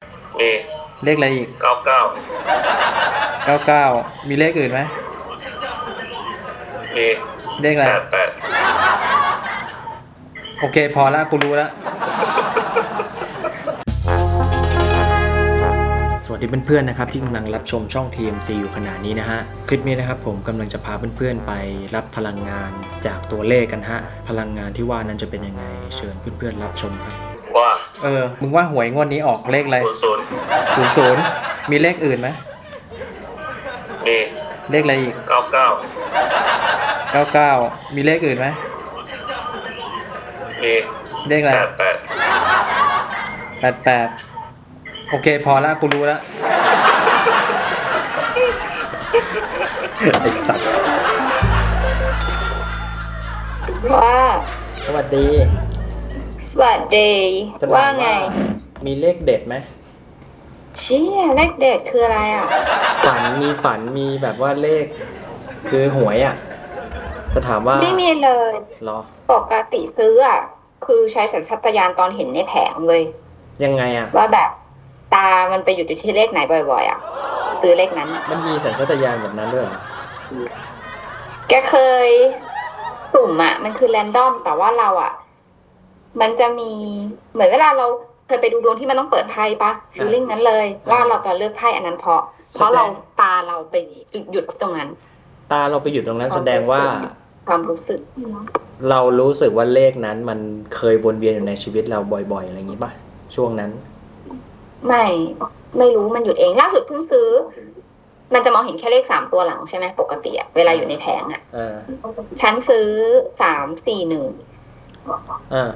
มี เลขอะไรอีก 99 99 มีเลขอื่นไหม มี เลขอะไร 88 โอเค พอละกูรู้ละสวัสดีเพื่อนๆนะครับที่กำลังรับชมช่อง TMC อยู่ขณะนี้นะฮะ คลิปนี้นะครับผมกำลังจะพาเพื่อนๆไปรับพลังงานจากตัวเลขกันฮะ พลังงานที่ว่านั้นจะเป็นยังไง เชิญเพื่อนๆรับชมครับ ว่า เออ มึงว่าหวยงวดนี้ออกเลขอะไร 00 ศูนย์ศูนย์มีเลขอื่นไหม มี เลขอะไรอีก 99 99 มีเลขอื่นไหม มี เลขอะไร 88 แปดแปดโอเค พอละกูรู้ละไอ้สัตว์ ว่า สวัสดี สวัสดี จะถม ว่าไง มีเลขเด็ดไหม เชี่ยเลขเด็ดคืออะไรอ่ะ ฝันมีฝันมีแบบว่าเลข คือหวยอ่ะ จะถามว่า ไม่มีเลย เหรอ ปกติซื้ออ่ะ คือใช้สัญชาตญาณตอนเห็นในแผงเลย ยังไงอ่ะ ว่าแบบตามันไปอยู่ที่เลขไหนบ่อยๆอ่ะซื้อเลขนั้นอะ มันมีสัญชาตญาณแบบนั้นด้วยเหรอ แกเคยตุ่มอ่ะ มันคือแรนดอม แต่ว่าเราอ่ะ มันจะมีเหมือนเวลาเราเคยไปดูดวงที่มันต้องเปิดไพ่ปะฟีลลิ่งนั้นเลย ว่าเราจะเลือกไพ่อันนั้นเพราะ เพราะเราตาเราไปหยุดที่ตรงนั้น ตาเราไปอยู่ตรงนั้นแสดงว่า ความรู้สึก เรารู้สึกว่าเลขนั้น มันเคยวนเวียนอยู่ในชีวิตเราบ่อยๆอะไรอย่างงี้ป่ะช่วงนั้น ไม่ไม่รู้มันหยุดเองล่าสุดเพิ่งซื้อ มันจะมองเห็นแค่เลขสามตัวหลังใช่ไหมปกติอะเวลาอยู่ในแผงอะ เออ ฉันซื้อสามสี่หนึ่ง อ่า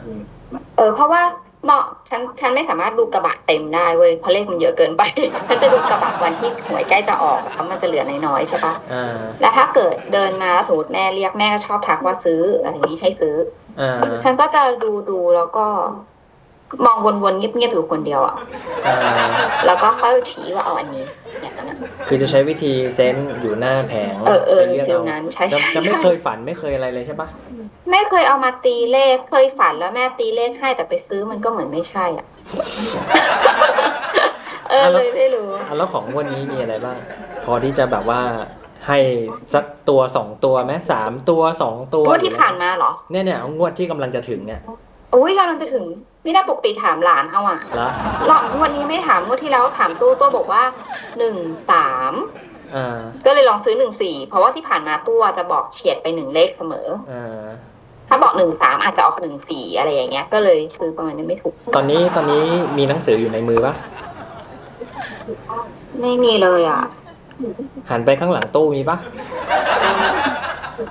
เออเพราะว่าเหมาะฉันฉันไม่สามารถดูกระบะเต็มได้เว้ยเพราะเลขมันเยอะเกินไป ฉันจะดูกระบะวันที่หวยใกล้จะออกแล้วมันจะเหลือน้อยๆใช่ปะ อ่า แล้วถ้าเกิดเดินมาสมมติแม่เรียกแม่ก็ชอบทักว่าซื้ออะไรนี้ให้ซื้อ อ่า ฉันก็จะดูดูแล้วก็ มองวนๆเงียบๆอยู่คนเดียวอะ อ่า แล้วก็ค่อยชี้ว่าเอาอันนี้อย่างนั้นอะ คือจะใช้วิธีเซนส์อยู่หน้าแผง เออเออ ไปก ฟิลนั้นใช่ จะ ใช่ จะไม่ ใช่ เคยฝันไม่เคยอะไรเลยใช่ปะ ไม่เคยเอามาตีเลขเคยฝันแล้วแม่ตีเลขให้แต่ไปซื้อมันก็เหมือนไม่ใช่อ่ะ เออเลยได้รู้ อ่ะแล้วของงวันนี้มีอะไรบ้าง พอที่จะแบบว่าให้สักตัวสองตัวไหมสามตัวสองตัว งวดที่ผ่านมาเหรอ เนี่ยเนี่ยงวดที่กำลังจะถึงเนี่ย อุ้ยกำลังจะถึง ไม่ได้ปกติถามหลานเอาอ่ะ ละ หรอกวันนี้ไม่ถามงวดที่แล้วถามตู้ตัวบอกว่าหนึ่งสาม อ่า ก็เลยลองซื้อหนึ่งสี่เพราะว่าที่ผ่านมาตัวจะบอกเฉียดไปหนึ่งเลขเสมอ อ่า ถ้าบอกหนึ่งสามอาจจะออกหนึ่งสี่อะไรอย่างเงี้ย ก็เลยซื้อประมาณนี้ไม่ถูก ตอนนี้ตอนนี้มีหนังสืออยู่ในมือปะ ไม่มีเลยอ่ะ หันไปข้างหลังตู้มีปะ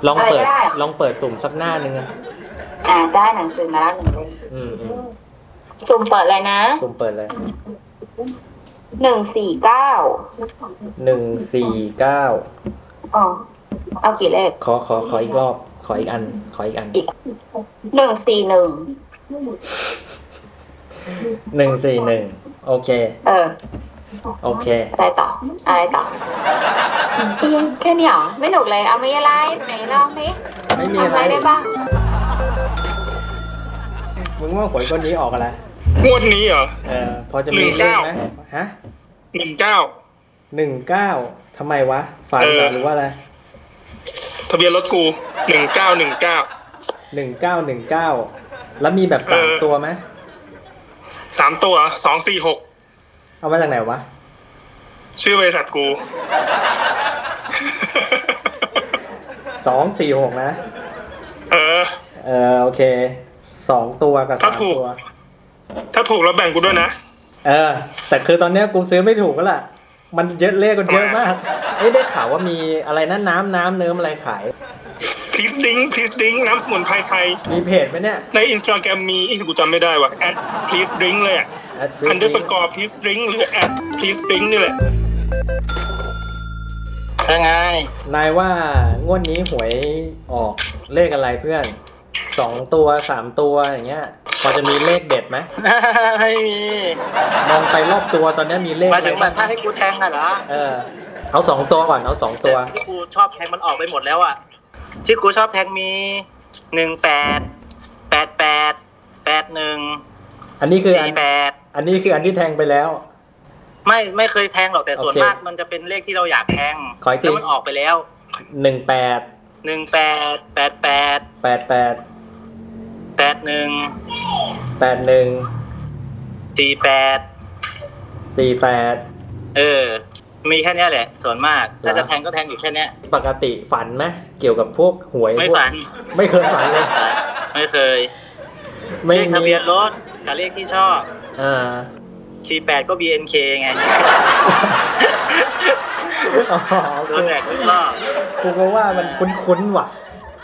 ลองเปิด อะไรก็ได้อะ ลองเปิดสุ่มสักหน้าหนึ่งอะ อ่าได้หนังสือมาแล้วหนึ่งเล่ม อืมอืม จุ่มเปิดเลยนะ สุ่มเปิดเลย หนึ่งสี่เก้า หนึ่งสี่เก้า อ๋อ เอากี่เลข ขอขอขออีกรอบขออีกอันขออีกอัน หนึ่งสี่หนึ่ง หนึ่งสี่หนึ่งโอเค เออ โอเค อะไรต่อ อะไรต่อเอียงแค่นี้เหรอ ไม่หนุกเลย เอาไม่อะไรไหนลองดิ ไม่มี ทำ อะ อะไร ไรได้บ้าง มึงว่าหวยก้นนี้ออกอะไร งวดนี้เหรอ เออ พอจะมีเลขไหมฮะ หนึ่งเก้า หนึ่งเก้าทำไมวะ ฝันเหรอ เออ หรือว่าอะไร ทะเบียนรถกูหนึ่งเก้าหนึ่งเก้า หนึ่งเก้าหนึ่งเก้าแล้วมีแบบสาม เออ ตัวไหม สามตัวสองสี่หก เอามาจากไหนวะ ชื่อบริษัทกู สองสี่หกนะ เออ เออโอเค สองตัวกับสา ถ้าม ถูก ตัว ถ้าถูกแล้วแบ่งกูด้วยนะ เออ แต่คือตอนเนี้ยกูซื้อไม่ถูกก็ล่ะ มันเยอะเลขกันเยอะมาก เอ้ยได้ข่าวว่ามีอะไรนะน้ำน้ำเนิ้มอะไรขาย พีซดิ้งพีซดิ้งน้ำสมุนไพรไทย มีเพจไหมเนี่ย ในอินสตาแกรมมีอีกกูจำไม่ได้ว่ะแอดพีซดิ้งเลยอ่ะ แด อันเดอร์สกอร์พีซดิ้งหรือแอดพีซดิ้งนี่แหละ ยังไง นายว่างวดนี้หวยออกเลขอะไรเพื่อนสองตัวสามตัวอย่างเงี้ย พอจะมีเลขเด็ดไหม ไม่มี มองไปรอบตัวตอนนี้มีเลข หมา อะไรยถึงแบบถ้าให้กูแทงอะเหรอ เออ เอาสองตัวก่อนเอาสองตัว ที่กูชอบแทงมันออกไปหมดแล้วอะที่กูชอบแทงมีหนึ่งแปดแปดแปดแปดหนึ่ง อันนี้คืออั สี่ น แปด อันนี้คืออันที่แทงไปแล้ว ไม่ไม่เคยแทงหรอกแต่ส่วน โอเค มากมันจะเป็นเลขที่เราอยากแทง ขออีกที แล้วมันออกไปแล้ว หนึ่งแปด หนึ่งแปดแปดแปด แปดแปด แปดหนึ่ง แปดหนึ่ง สี่แปด สี่แปด เออ มีแค่เนี้ยแหละ ส่วนมากถ้า เหรอ จะแทงก็แทงอยู่แค่เนี้ย ปกติฝันไหมเกี่ยวกับพวกหวย ไม่ พวก ฝัน ไม่เคยฝันเลย ไม่เคย ไม่ เลขทะเบียนรถกับเลขที่ชอบ อ่า สี่แปดก็ BNK ไง อ๋อโอ โด เคน แดกทุกรอบ กูก็ว่ามันคุ้นๆว่ะ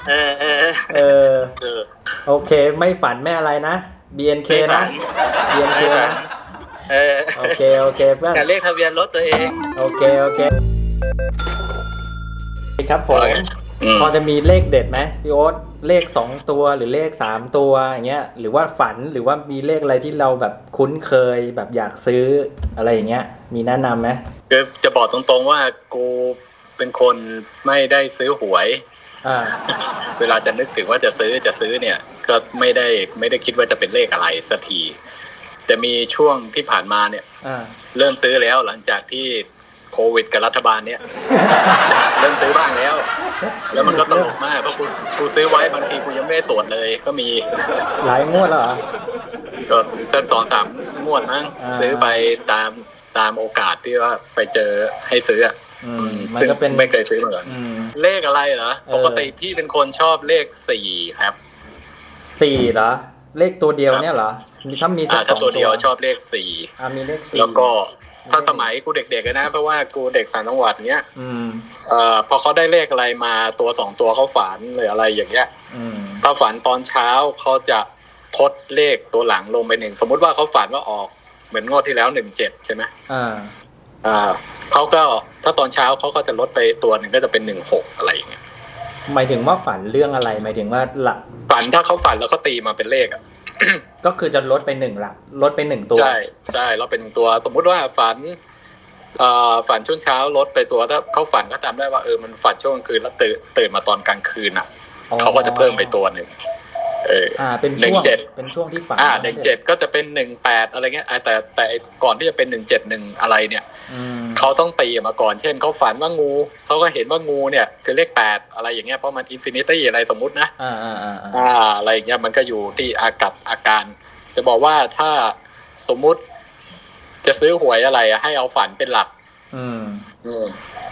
เออเออ เออ เออ โอเค ไม่ฝันไม่อะไรนะ BNK ไม่ นะ ฝัน BNK ไม่ฝั นะ นเออ โอเค โอเคเพื่อน แต่เลขทะเบียนรถตัวเอง โอเค โอเค ครับผม อืม พอจะมีเลขเด็ดไหมพี่โอ๊ตเลขสองตัวหรือเลขสามตัวอย่างเงี้ย หรือว่าฝันหรือว่ามีเลขอะไรที่เราแบบคุ้นเคยแบบอยากซื้ออะไรอย่างเงี้ย มีแนะนำไหม คือจะบอกตรงๆว่ากูเป็นคนไม่ได้ซื้อหวย อ่า เวลาจะนึกถึงว่าจะซื้อจะซื้อเนี่ย ก็ไม่ได้ไม่ได้คิดว่าจะเป็นเลขอะไรสักทีแต่มีช่วงที่ผ่านมาเนี่ย อ่า เริ่มซื้อแล้วหลังจากที่โควิดกับรัฐบาลเนี่ย เริ่มซื้อบ้างแล้ว แล้วมันก็ตลกมากเพราะกูกูซื้อไว้บางทีกูยังไม่ได้ตรวจเลย ก็มี หลายงวดแล้วเหรอ ก็สักสองสามงวดมั้ง อ่า ซื้อไปตามตามโอกาสที่ว่าไปเจอให้ซื้ออะ อื อื ม ม มัน ซึ่ง ก็เป็น ไม่เคยซื้อมาก่อน อืม เลขอะไรเหรอ เออ ปกติพี่เป็นคนชอบเลขสี่ครับ สี่เหรอ เลขตัวเดียวเนี่ยเหรอมีถ้ามีสั อาก ส ถ้า อง ตัวเดียวชอบเลขสี่ อ่ามีเลขสี่ แล้วก็ถ้าสมัยกูเด็กๆอะนะ เพราะว่ากูเด็กต่างจังหวัดเนี้ย อืม เอ่อพอเขาได้เลขอะไรมาตัวสองตัวเขาฝันหรืออะไรอย่างเงี้ย อืม ถ้าฝันตอนเช้าเขาจะทดเลขตัวหลังลงไปหนึ่งสมมุติว่าเขาฝันว่าออกเหมือนงวดที่แล้วหนึ่งเจ็ดใช่ไหม อ่า อ่าเขาก็ถ้าตอนเช้าเขาก็จะลดไปตัวหนึ่งก็จะเป็นหนึ่งหกอะไรอย่างเงี้ย หมายถึงว่าฝันเรื่องอะไร หมายถึงว่าหลัก ฝันถ้าเขาฝันแล้วก็ตีมาเป็นเลขอะ ก็คือจะลดไปหนึ่งหลัก ลดไปหนึ่งตัว ใช่ใช่เราเป็นตัวสมมุติว่าฝันเอ่อฝันช่วงเช้าลดไปตัวถ้าเขาฝันก็จำได้ว่าเออมันฝันช่วงกลางคืนแล้วตื่นตื่นมาตอนกลางคืนอ่ะ อ๋อ เขาก็จะเพิ่มไปตัวหนึ่งเออ อ่า เป็น หนึ่ ช่ ง วง เจ็ด เป็นช่วงที่ฝัน อ่าหนึ่งเจ็ดก็จะเป็นหนึ่งแปดอะไรเงี้ยอ่าแต่แต่ไอ้ก่อนที่จะเป็นหนึ่งเจ็ดหนึ่งอะไรเนี่ย อืม เขาต้องตีมาก่อนเช่นเขาฝันว่างูเขาก็เห็นว่างูเนี่ยคือเลขแปดอะไรอย่างเงี้ยเพราะมันอินฟินิตี้อะไรสมมุตินะ อ่าอ่าอ่าอ่า อ่าอะไรอย่างเงี้ยมันก็อยู่ที่อากับอาการ จะบอกว่าถ้าสมมุติจะซื้อหวยอะไรอะให้เอาฝันเป็นหลัก อืม อืม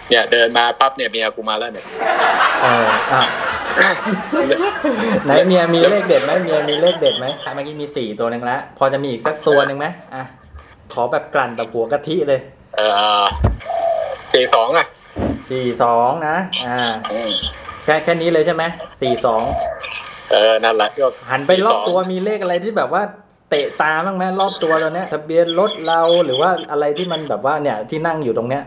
เนี่ย เดินมาปั๊บเนี่ยเมียกูมาแล้วเนี่ย เอออ่ะ ไหนเมียมีเลขเด็ดไหมเมียมีเลขเด็ดไหมอ่ะเมื่อกี้มีสี่ตัวหนึ่งแล้วพอจะมีอีกสักตัวหนึ่งไหมอ่ะ ขอแบบกลั่นแบบหัวกะทิเลย เออสี่สองอ่ะ สี่สองนะ อ่า อืม แค่แค่นี้เลยใช่ไหมสี่สอง เออนั่นแหละก็ หันไปรอบตัว สี่ส มีเลขอะไรที่แบบว่าเตะตาบ้างไหมรอบตัวเราเนี้ยทะเบียนรถเราหรือว่าอะไรที่มันแบบว่าเนี่ยที่นั่งอยู่ตรงเนี้ย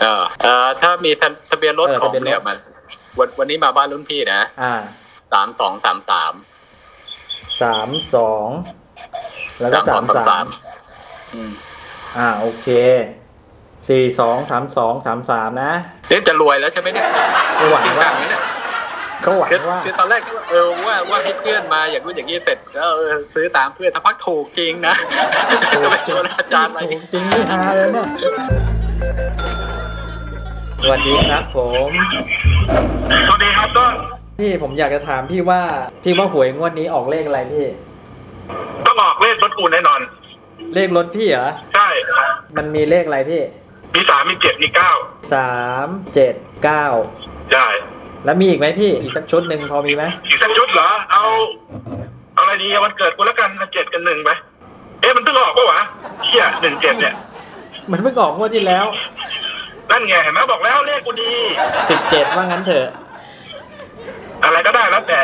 งอ่าเออถ้ามีทะทะเบียนรถ เออ ของ ทะเบียนรถ เนี่ยมันวันวันนี้มาบ้านรุ่นพี่นะ อ่า สามสองสามสาม สามสองแล้วก็ สามสามสองสาม สา สาม ม อ่าโอเคสี่สองสามสองสามสามนะ เนี่ยจะรวยแล้วใช่ไหมเนี่ย เขาหวัง จริงจั ว่าง ไหมเนี่ย เขาหวัง คือ ว่า คือตอนแรกก็เออว่าว่าให้เพื่อนมาอย่างนู้นอย่างนี้เสร็จก็เออซื้อตามเพื่อนถ้าพักถูกจริงนะจะไปโดนอาจารย์อะไร ถูกจริงนี่ฮาเลยเนี่ยสวัสดีครับผม สวัสดีครับต้น พี่ผมอยากจะถามพี่ว่า พี่ว่าหวยงวดนี้ออกเลขอะไรพี่ ต้องออกเลขรถกูแน่นอน เลขรถพี่เหรอ ใช่ มันมีเลขอะไรพี่ มีสามมีเจ็ดมีเก้า สามเจ็ดเก้า ใช่ แล้วมีอีกไหมพี่ อีกสักชุดหนึ่งพอมีไหม อีกสักชุดเหรอ เอา เอาอะไรดีอะวันเกิดกูแล้วกันเจ็ดกันหนึ่งไหมเอ๊ะมันเพิ่งออกปะวะเชี่ยหนึ่งเจ็ดเนี่ย มันเพิ่งออกงวดที่แล้ว นั่นไงเห็นไหมบอกแล้วเลขกูดี สิบเจ็ดว่างั้นเถอะ อะไรก็ได้แล้วแต่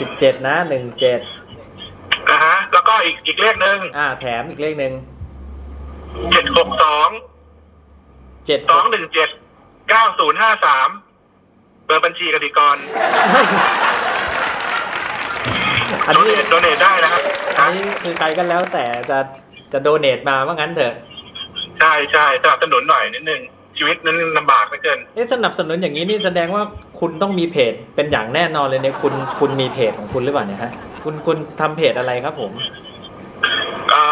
สิบเจ็ดนะหนึ่งเจ็ด นะฮะ แล้วก็อีกอีกเลขหนึ่ง อ่าแถมอีกเลขหนึ่ง เจ็ดหกสอง เจ็ด สองหนึ่งเจ็ดเก้าศูนย์ห้าสามเบอร์บัญชีกสิกร อัน โดเน นี้ ทโดเนทได้นะครับ อั ฮะ นนี้คือใครก็แล้วแต่จะจะโดเนทมาว่างั้นเถอะ ใช่ใช่สนับสนุนหน่อยนิดนึง ชีวิตนั้นลำบากเหลือเกิน เอ๊ะสนับสนุนอย่างนี้นี่แสดงว่าคุณต้องมีเพจเป็นอย่างแน่นอนเลยเนี่ยคุณคุณมีเพจของคุณหรือเปล่าเนี่ยฮะคุณคุณทำเพจอะไรครับผม เอ่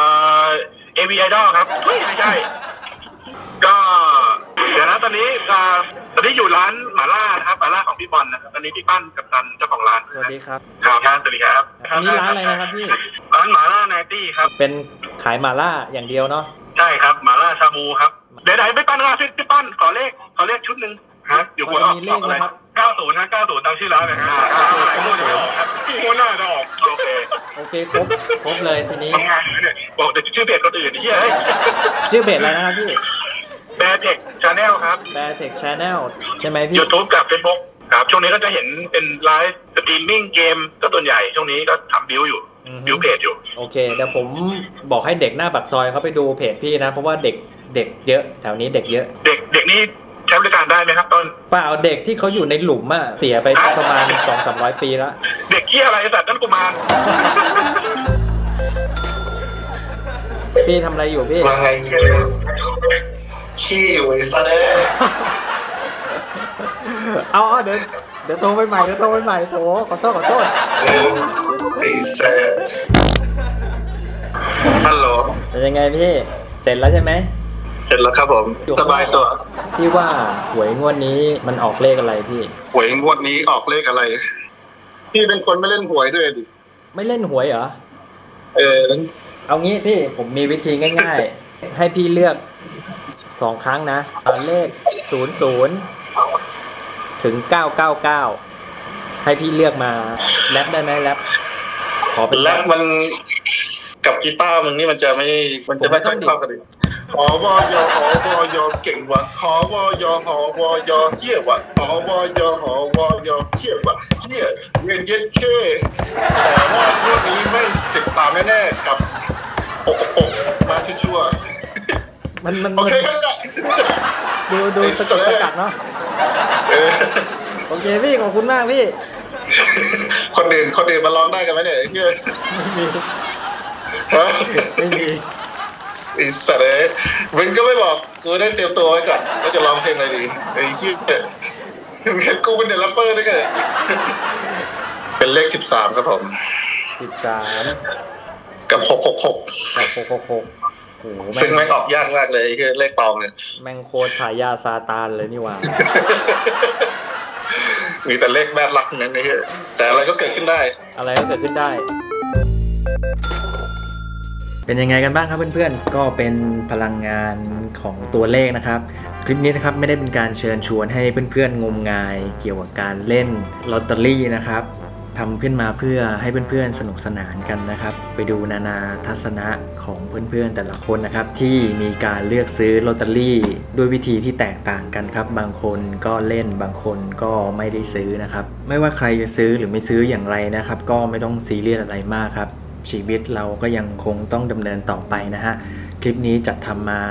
อ AV Idol ครับเฮ้ยไม่ใช่ พี่บอลนะครับอันนี้พี่ปั้นกับตันเจ้าของร้าน สวัสดีครับ ครับครับสวัสดีครับ อันนี้ร้านอะไรนะครับพี่ ร้านหมาล่าไนตี้ครับ เป็นขายหมาล่าอย่างเดียวเนาะ ใช่ครับหมาล่าชาบูครับเดี๋ยวไหนไม่ปั้นล่าชุดพี่ปั้นขอเลขขอเลขชุดหนึ่งฮะอยู่หัวออก มันจะมีเล อ ของ อะไร นะครับ เก้าศูนย์นะเก้าศูนย์ตามชื่อร้านเลยครับเก้าศูนย์งวดจะไม่ออกครับงวดหน้าจะออกโอเค โอเคครบครบเลยทีนี้ ทำงานอยู่เนี่ยบอกแต่ชื่อเพจคนอื่นเฮ้ย ชื่อเพจอะไรนะครับพี่ แบร์เทคชาแนลครับ แบร์เทคชาแนลใช่ไหมพี่ ยูทูบกับเฟซบุ๊กครับช่วงนี้ก็จะเห็นเป็นไลฟ์สตรีมมิ่งเกมก็ส่วนใหญ่ช่วงนี้ก็ทำบิวอยู่ อือฮึ บิวเพจอยู่ โอเคเดี๋ยวผมบอกให้เด็กหน้าปากซอยเขาไปดูเพจพี่นะ เพราะว่าเด็กเด็กเยอะแถวนี้เด็กเยอะ เด็กเด็กนี่ใช้บริการได้ไหมครับต้น เปล่าเด็กที่เขาอยู่ในหลุมอะเสียไปสักประมาณสองสามร้อยปีแล้ว เด็กเกี้ยอะไรไอ้สัตว์นั่นกุมาร พี่ทำอะไรอยู่พี่ ว่าไงเชี่ยขี้อยู่ไอ้สัตว์ เอ้ย เอาเอาเดี๋ยวเดี๋ยวโตไปใหม่เดี๋ยวโตไปใหม่โถขอโทษขอโทษ ไอ้แซ่บฮัลโหล เป็นยังไงพี่ เสร็จแล้วใช่ไหม เสร็จแล้วครับผม สบายตัว พี่ว่าหวยงวดนี้มันออกเลขอะไรพี่ หวยงวดนี้ออกเลขอะไร พี่เป็นคนไม่เล่นหวยด้วยดิ ไม่เล่นหวยเหรอ เออ เอางี้พี่ผมมีวิธีง่าย ๆ ให้พี่เลือกสองครั้งนะเอาเลขศูนย์ศูนย์ถึงเก้าเก้าเก้าให้พี่เลือกมาแรปได้ไหมแรปขอเป็น และมันกับกีตาร์มึงนี่มันจะไม่ มันจะไม่ค่อยเข้ากันดิขอวอยอหอวอยอเก่งวะขอวอยอหอวอยอเที่ยวะขอวอยอหอวอยอเที่ยวะเที่ยเย็นเย็นเค่แต่ว่างวดนี้ไม่สิบสามแน่ๆกับหกหกมาชั่ว มันมัน ๆโอ มัน เคก็ได้ ดูดูสะกดสะกัดเนาะ เออ โอเคพี่ขอบคุณมากพี่ คนอื่นคนอื่นมาร้องได้กันไหมเนี่ยไอ้เหี้ย ไม่มี ฮะ ไม่มี ไอ้สัตว์เอ้ยมึงก็ไม่บอกกูได้เตรียมตัวไว้ก่อนว่าจะร้องเพลงอะไรดีไอ้เหี้ยมึงเห็นกูเป็นเด็กแรปเปอร์ด้วยกันเนี่ยเป็นเลขสิบสามครับผม สิบสาม กับหกหกหก หกหกหกหกโอ้โห ซึ่ง แม่ แม่ ง งออกยากมากเลยไอ้เหี้ยเลขตองเนี่ย แม่งโคตรฉายาซาตานเลยนี่หว่า มีแต่เลขแบดลักนั้นไอ้เหี้ยแต่อะไรก็เกิดขึ้นได้ อะไรก็เกิดขึ้นได้ เป็นยังไงกันบ้างครับเพื่อนๆ ก็เป็นพลังงานของตัวเลขนะครับ คลิปนี้นะครับไม่ได้เป็นการเชิญชวนให้เพื่อนๆ งมงายเกี่ยวกับการเล่นลอตเตอรี่นะครับทำขึ้นมาเพื่อให้เพื่อนๆ สนุกสนานกันนะครับ ไปดูนานาทัศนะของเพื่อนๆ แต่ละคนนะครับ ที่มีการเลือกซื้อลอตเตอรี่ ด้วยวิธีที่แตกต่างกันครับ บางคนก็เล่นบางคนก็ไม่ได้ซื้อนะครับ ไม่ว่าใครจะซื้อหรือไม่ซื้ออย่างไรนะครับ ก็ไม่ต้องซีเรียสอะไรมากครับ ชีวิตเราก็ยังคงต้องดำเนินต่อไปนะฮะ คลิปนี้จัดทำมา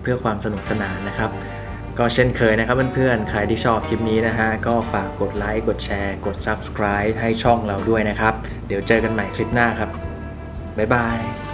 เพื่อความสนุกสนานนะครับ ก็เช่นเคยนะครับเพื่อนๆ ใครที่ชอบคลิปนี้นะฮะ ก็ฝากกดไลค์ กดแชร์ กด Subscribe ให้ช่องเราด้วยนะครับ เดี๋ยวเจอกันใหม่คลิปหน้าครับ บ๊ายบาย